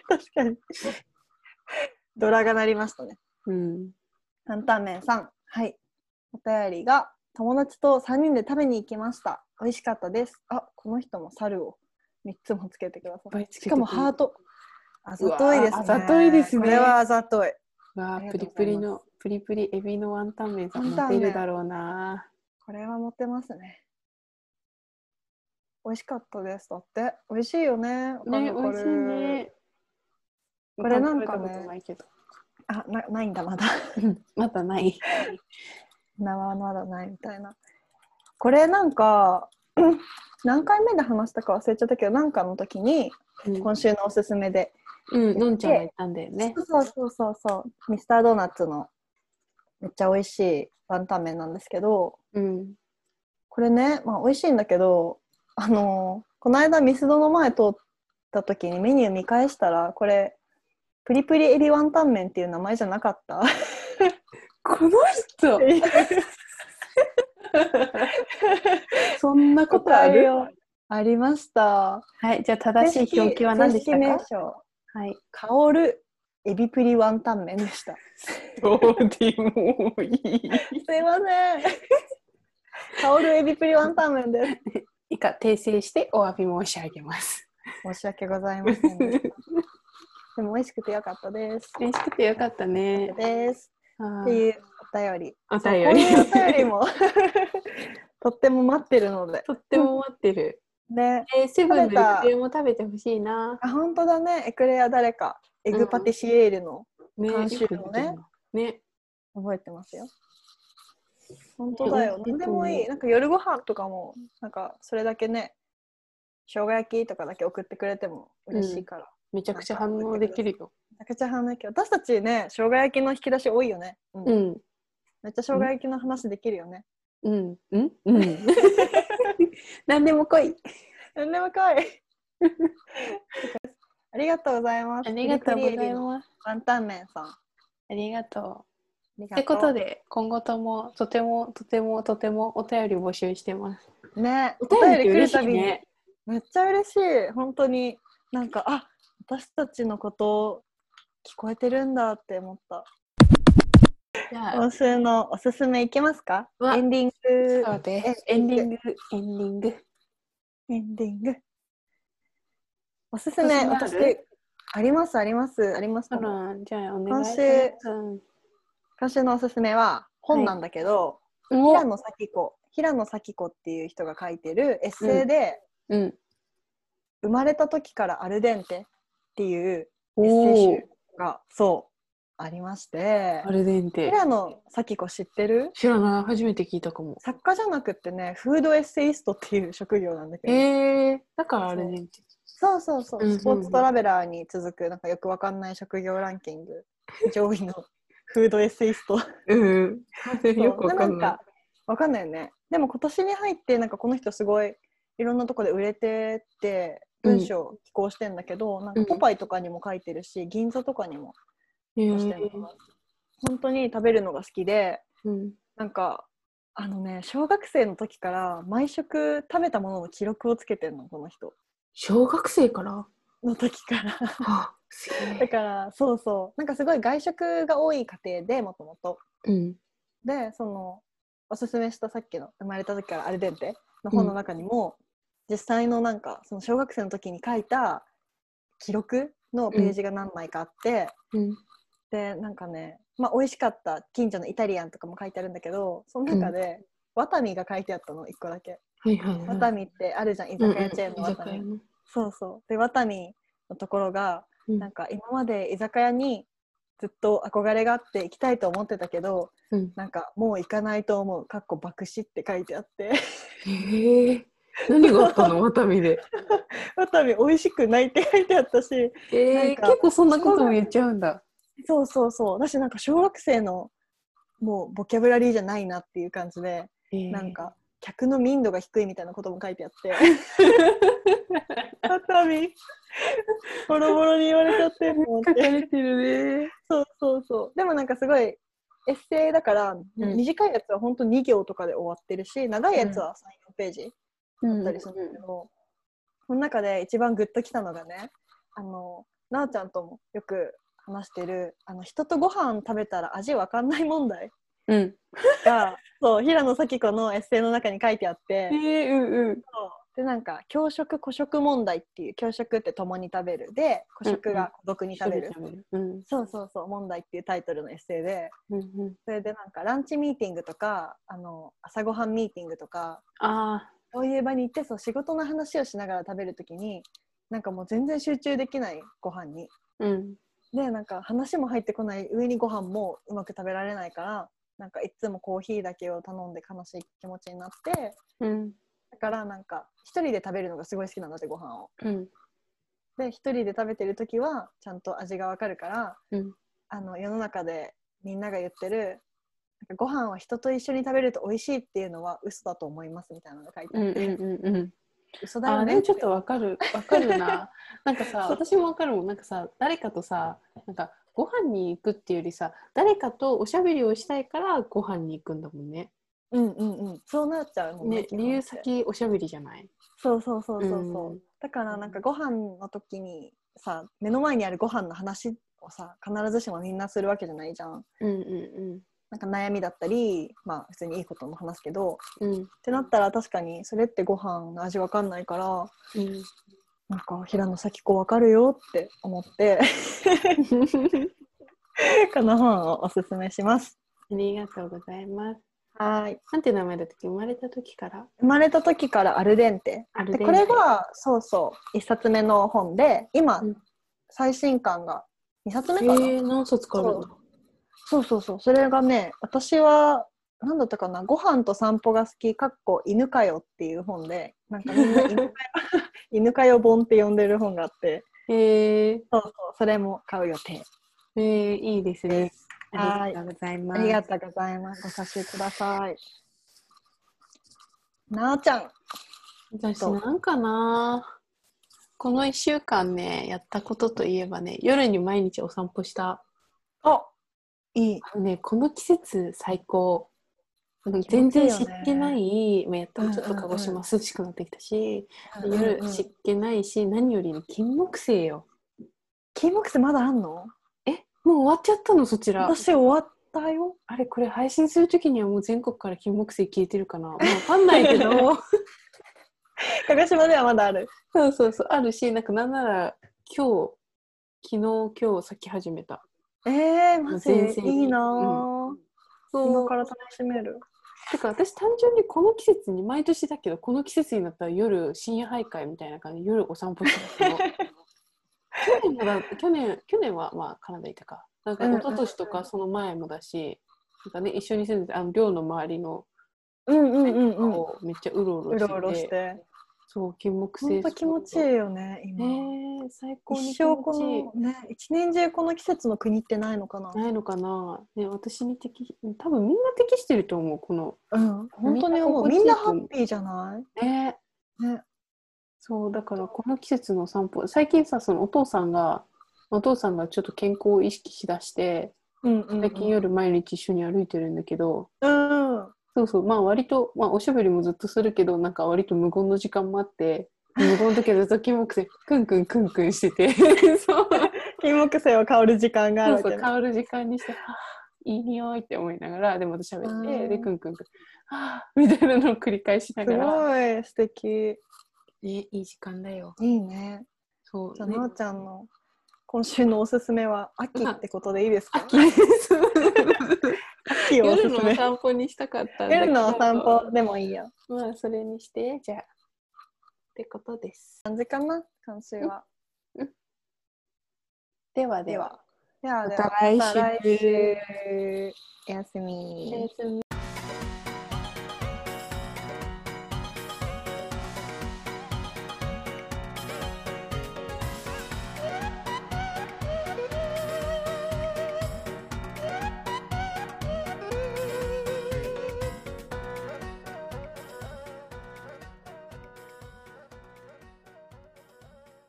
Speaker 1: 確かに。ドラが鳴りましたね。
Speaker 2: うん。
Speaker 1: 担々麺さん、はい。お便りが、友達と3人で食べに行きました。美味しかったです。あ、この人も猿を3つもつけてください。しかもハー
Speaker 2: ト。
Speaker 1: ト。あざといですね。
Speaker 2: うわあざといですね
Speaker 1: これはあざとい。
Speaker 2: わ
Speaker 1: あり
Speaker 2: あ、
Speaker 1: が
Speaker 2: プ
Speaker 1: と
Speaker 2: リ
Speaker 1: うござ
Speaker 2: プ
Speaker 1: います
Speaker 2: リの、プリプリエビのワンタン麺さん
Speaker 1: ワンタン
Speaker 2: も
Speaker 1: 麺
Speaker 2: 出るだろうな。
Speaker 1: これはモテますね。美味しかったです。だって。美味しいよね。わか
Speaker 2: ね、
Speaker 1: るわか
Speaker 2: 美味しい
Speaker 1: る
Speaker 2: ね。
Speaker 1: これなんかね
Speaker 2: 食べたことないけど。
Speaker 1: あな、ないんだ、まだ。
Speaker 2: うんまだない。
Speaker 1: 名はまだないみたいな。これなんか、 うん何回目で話したか忘れちゃったけど、なんかの時に、今週のおすすめで、
Speaker 2: うん、のんちゃんがいたんだよね。
Speaker 1: そうそうそうそう、ミスタードーナツのめっちゃ美味しいワンタン麺なんですけど、
Speaker 2: うん。
Speaker 1: これね、まあ、美味しいんだけど、あのーこの間ミスドの前通った時にメニュー見返したら、これ、プリプリエビワンタン麺っていう名前じゃなかったっ
Speaker 2: この人
Speaker 1: ていう
Speaker 2: そんなことある
Speaker 1: よ。 ありました。
Speaker 2: はい、じゃあ正しい表記は何でしたか、
Speaker 1: 正式名称
Speaker 2: はい。
Speaker 1: 香るエビプリワンタン麺でした。
Speaker 2: どうでもいい。
Speaker 1: すいません。香るエビプリワンタン麺です。
Speaker 2: 以下、訂正してお詫び申し上げます。
Speaker 1: 申し訳ございませんでした。でも美味しくてよかったです。
Speaker 2: 嬉しくてよかったね。
Speaker 1: です。
Speaker 2: あ
Speaker 1: って
Speaker 2: ー
Speaker 1: いうお便り。
Speaker 2: お
Speaker 1: そう
Speaker 2: 便り。
Speaker 1: こういうお便りも とっても待ってるので。
Speaker 2: とっても待ってる。
Speaker 1: ね。
Speaker 2: えー、セブ
Speaker 1: 食
Speaker 2: ンの
Speaker 1: べた
Speaker 2: 育休も食べてほしいな。
Speaker 1: あ本当だね。エクレア誰かエグパティシエールの、
Speaker 2: ね
Speaker 1: 監修のね。
Speaker 2: ね。
Speaker 1: 覚えてますよ。本当だよ。
Speaker 2: 美味しいと思う
Speaker 1: 何でもいい。なんか夜ご飯とかもなんかそれだけね。生姜焼きとかだけ送ってくれても嬉しいから。
Speaker 2: めちゃくちゃ反応できるよ。
Speaker 1: めちゃくちゃ反応けど私たちね生姜焼きの引き出し多いよね、うん
Speaker 2: うん。
Speaker 1: めっちゃ生姜焼きの話できるよね
Speaker 2: うん。うん。 うん。何でも来い。
Speaker 1: なんでもかいありがとうございます
Speaker 2: ありがとうござい
Speaker 1: す
Speaker 2: ます。
Speaker 1: ワンタン麺さんあ
Speaker 2: ありがとう。
Speaker 1: りがとう
Speaker 2: ってことで今後ともとてもとてもとてもお便り募集してます。
Speaker 1: ねお
Speaker 2: お
Speaker 1: 便
Speaker 2: 便り
Speaker 1: り来
Speaker 2: 嬉
Speaker 1: る
Speaker 2: しい
Speaker 1: たびに
Speaker 2: ね。
Speaker 1: めっちゃ嬉しい本当になんかあ私たちのこと聞こえてるんだって思った
Speaker 2: じゃあ
Speaker 1: 今週のおすすめいけますか
Speaker 2: うわ
Speaker 1: エンディング
Speaker 2: そうです。
Speaker 1: え
Speaker 2: エンディングエンディング。
Speaker 1: エンディング。おすす
Speaker 2: おす
Speaker 1: め、
Speaker 2: すめあ
Speaker 1: 私
Speaker 2: る、
Speaker 1: あります、あります、あります
Speaker 2: あ。らじゃあお願いします。うん
Speaker 1: 今週のおすすめは、本なんだけど、平野咲子、平野咲子っていう人が書いてるエッセイで、
Speaker 2: うん。
Speaker 1: 生まれた時からアルデンテっていうエッセ
Speaker 2: お
Speaker 1: イ
Speaker 2: お
Speaker 1: 集。が、そう、ありまして
Speaker 2: ア、ルデンテ。
Speaker 1: 平野咲子知ってる
Speaker 2: 知らない初めて聞いたかも。
Speaker 1: 作家じゃなくってね、フードエッセイストっていう職業なんだけど、
Speaker 2: ええだからアルデンテ。
Speaker 1: そうそうそう、
Speaker 2: うんうんうん
Speaker 1: スポーツトラベラーに続くなんかよくわかんない職業ランキング上位のフードエッセイスト
Speaker 2: うん。 よくわか
Speaker 1: そうん
Speaker 2: ない。
Speaker 1: かわかんないよねでも今年に入ってなんかこの人すごいいろんなとこで売れてって文章を寄稿してんだけど、なんかポパイとかにも書いてるし銀座とかにも
Speaker 2: へ
Speaker 1: 寄稿してるのかな本当に食べるのが好きで
Speaker 2: うん
Speaker 1: なんかあのね小学生の時から毎食食べたものの記録をつけてんのこの人
Speaker 2: 小学 生から
Speaker 1: の時 から
Speaker 2: あすげ
Speaker 1: だ
Speaker 2: え。
Speaker 1: からそうそうなんかすごい外食が多い家庭でもともと
Speaker 2: うん。
Speaker 1: でそのおすすめしたさっきの生まれた時からアルデンテの本の中にも、実際のなんかその小学生の時に書いた記録のページが何枚かあって、
Speaker 2: うん。
Speaker 1: でなんかね、まあ、美味しかった近所のイタリアンとかも書いてあるんだけどその中で、ワタミが書いてあったの1個だけ、
Speaker 2: はいはいはい。
Speaker 1: ワタミってあるじゃん居
Speaker 2: う
Speaker 1: 酒
Speaker 2: んうん
Speaker 1: 屋チェーンのワタミ、
Speaker 2: 居酒屋の
Speaker 1: そうそうでワタミのところが
Speaker 2: うん
Speaker 1: なんか今まで居酒屋にずっと憧れがあって行きたいと思ってたけど
Speaker 2: うん。
Speaker 1: なんかもう行かないと思うかっこ爆死って書いてあって
Speaker 2: へえ。何があったのワタミで。
Speaker 1: ワタミ美味しくないって書いてあったし
Speaker 2: ええ。
Speaker 1: なんか
Speaker 2: 結構そんなことも言っちゃうんだ。
Speaker 1: そうそうそう私なんか小学生のもうボキャブラリーじゃないなっていう感じで、なんか客の民度が低いみたいなことも書いてあってワタミボロボロに言われちゃってると思っ
Speaker 2: 書
Speaker 1: て
Speaker 2: かれてるね。
Speaker 1: そうそうそう。でもなんかすごいエッセイだから、
Speaker 2: ん
Speaker 1: 短いやつは本当2行とかで終わってるし長いやつは3、4ページ
Speaker 2: う
Speaker 1: だったりするんだけど、その中で一番グッときたのがねあのなおちゃんともよく話してるあの人とご飯食べたら味わかんない問題
Speaker 2: うん。
Speaker 1: がそう平野咲子のエッセイの中に書いてあって。
Speaker 2: ええうんうん。
Speaker 1: でなんか教食孤食問題っていう教食って共に食べるで孤食が孤独に食べる、
Speaker 2: うん
Speaker 1: そうそうそう問題っていうタイトルのエッセイで、
Speaker 2: うんうん。
Speaker 1: それでなんかランチミーティングとかあの朝ごはんミーティングとか
Speaker 2: ああ。
Speaker 1: そういう場に行ってそう仕事の話をしながら食べるときになんかもう全然集中できないご飯に
Speaker 2: うん。
Speaker 1: でなんか話も入ってこない上にご飯もうまく食べられないからなんかいつもコーヒーだけを頼んで悲しい気持ちになって
Speaker 2: うん。
Speaker 1: だからなんか一人で食べるのがすごい好きなんだってご飯を。
Speaker 2: うん。
Speaker 1: で一人で食べてる時はちゃんと味がわかるから、
Speaker 2: うん
Speaker 1: あの世の中でみんなが言ってるなんかご飯は人と一緒に食べると美味しいっていうのは嘘だと思いますみたいなのが書いて
Speaker 2: うん
Speaker 1: あ
Speaker 2: う
Speaker 1: っ
Speaker 2: ん
Speaker 1: て、
Speaker 2: うんうん。
Speaker 1: 嘘だ
Speaker 2: あ
Speaker 1: よ
Speaker 2: ーで
Speaker 1: ね
Speaker 2: もちょっとわかるわか るななんかさ私もわかるもんなんかさ誰かとさなんかご飯に行くっていうよりさ誰かとおしゃべりをしたいからご飯に行くんだもんね
Speaker 1: うんうんうんそうなっちゃうもん
Speaker 2: ね
Speaker 1: 基本
Speaker 2: 理由
Speaker 1: って
Speaker 2: 先おしゃべりじゃない
Speaker 1: そうそうそうそうそう、
Speaker 2: うん
Speaker 1: だからなんかご飯の時にさ目の前にあるご飯の話をさ必ずしもみんなするわけじゃないじゃん
Speaker 2: うんう
Speaker 1: なんか悩みだったりまあ普通にいいことも話すけど
Speaker 2: んうんうん
Speaker 1: ってなったら確かにそれってご飯の味わかんないから
Speaker 2: うん
Speaker 1: なんか平野咲子わかるよって思って この本をおすすめします。
Speaker 2: ありがとうございます
Speaker 1: はい。
Speaker 2: なんて名前だったっけ生まれた時から
Speaker 1: 生まれた時からアルデンテ。
Speaker 2: ある
Speaker 1: でこれがそうそう一冊目の本で今、
Speaker 2: うん
Speaker 1: 最新刊が二冊目
Speaker 2: え
Speaker 1: かな、
Speaker 2: ー、何冊かあるんだ
Speaker 1: そうそうそうそれがね私は何だったかな「ご飯と散歩が好き」かっこ犬かよっていう本でなんかみんな犬か よ犬かよ本って呼んでる本があって
Speaker 2: えー、
Speaker 1: そうそうそれも買う予定。
Speaker 2: えー、いいですねあ
Speaker 1: はい
Speaker 2: りがとうございま
Speaker 1: あ
Speaker 2: す
Speaker 1: りがとうございます。ご察しください。なあちゃん。
Speaker 2: 私
Speaker 1: と
Speaker 2: なんかなこの1週間ねやったことといえばね夜に毎日お散歩した
Speaker 1: あいい。
Speaker 2: あのねこの季節最高
Speaker 1: 持ちいいよ
Speaker 2: 全
Speaker 1: ね
Speaker 2: 然湿気ない、まあ、やっと
Speaker 1: うんうんうん
Speaker 2: ちょっと鹿児島涼しくなってきたし、
Speaker 1: うんう
Speaker 2: 夜
Speaker 1: ん
Speaker 2: 湿気ないし何よりね金木犀よ
Speaker 1: 金木犀まだあんの
Speaker 2: えもう終わっちゃったのそちら
Speaker 1: 私終わったよ。
Speaker 2: あれこれ配信する時にはもう全国から金木犀消えてるか なもう分かんないけど
Speaker 1: 鹿児島ではまだある。
Speaker 2: そうそうそうあるしなんかなんなら今日昨日今日咲き始めた
Speaker 1: えー、マジ
Speaker 2: 全然
Speaker 1: いいなあ、
Speaker 2: そう
Speaker 1: 今から楽しめる。
Speaker 2: てか私単純にこの季節に毎年だけどこの季節になったら夜深夜徘徊みたいな感じで夜お散歩してますよ去年もだ去年去年はまあカナダいたかなんか
Speaker 1: うん
Speaker 2: 一
Speaker 1: うん
Speaker 2: 昨年とかその前もだし、なんかね一緒に住んでたあの寮の周りの
Speaker 1: うんうんうんうん。
Speaker 2: をめっちゃうろう
Speaker 1: う
Speaker 2: ろ
Speaker 1: ろ
Speaker 2: してて,、
Speaker 1: うろして。
Speaker 2: そう金木
Speaker 1: ほん
Speaker 2: 犀
Speaker 1: と気持ちいいよね、
Speaker 2: ね
Speaker 1: 今。
Speaker 2: え最高に
Speaker 1: 一
Speaker 2: 気
Speaker 1: 生
Speaker 2: 持
Speaker 1: こ
Speaker 2: ちいい
Speaker 1: の、ね、一年中この季節の国ってないのかな。
Speaker 2: ないのかな、ね、私に適多分みんな適してると思うこの
Speaker 1: うん、本当に思う。み
Speaker 2: み
Speaker 1: ん
Speaker 2: ん
Speaker 1: な
Speaker 2: な
Speaker 1: ハ
Speaker 2: 心地いいと思う
Speaker 1: ッピーじゃない
Speaker 2: ね
Speaker 1: ね、
Speaker 2: そうだからこの季節のお散歩最近さそのお父さんがお父さんがちょっと健康を意識しだして
Speaker 1: うんうん、
Speaker 2: 最近夜毎日一緒に歩いてるんだけど、
Speaker 1: うん。は
Speaker 2: そうそうまあ割と、まあ、おしゃべりもずっとするけどなんか割と無言の時間もあって無言だけどずっとキモくて クンクンクンクンしてて そう
Speaker 1: い。金木犀を香る時間がある
Speaker 2: そ
Speaker 1: わけ
Speaker 2: うそう
Speaker 1: ね
Speaker 2: 香る時間にしてはあ「いい匂い」って思いながらでも私喋っ
Speaker 1: う
Speaker 2: て
Speaker 1: ん
Speaker 2: でクンクンクンはあみたいなのを繰り返しながら、
Speaker 1: すごい素敵。
Speaker 2: ね、いい時間だよ
Speaker 1: いいね。
Speaker 2: そう
Speaker 1: じゃあ、
Speaker 2: ね
Speaker 1: なおちゃんの今週のおすすめは秋ってことでいいですか
Speaker 2: 秋
Speaker 1: 秋をおす
Speaker 2: 夜
Speaker 1: す
Speaker 2: のお
Speaker 1: め。
Speaker 2: 散歩にしたかったんだけ
Speaker 1: 夜
Speaker 2: ど
Speaker 1: のお散歩でもいいよ。
Speaker 2: まあそれにしてじゃあってことです
Speaker 1: 感じかな今週は。
Speaker 2: では
Speaker 1: で
Speaker 2: では
Speaker 1: は。ではでは、
Speaker 2: また来週
Speaker 1: また来週おやすみ
Speaker 2: おやすみ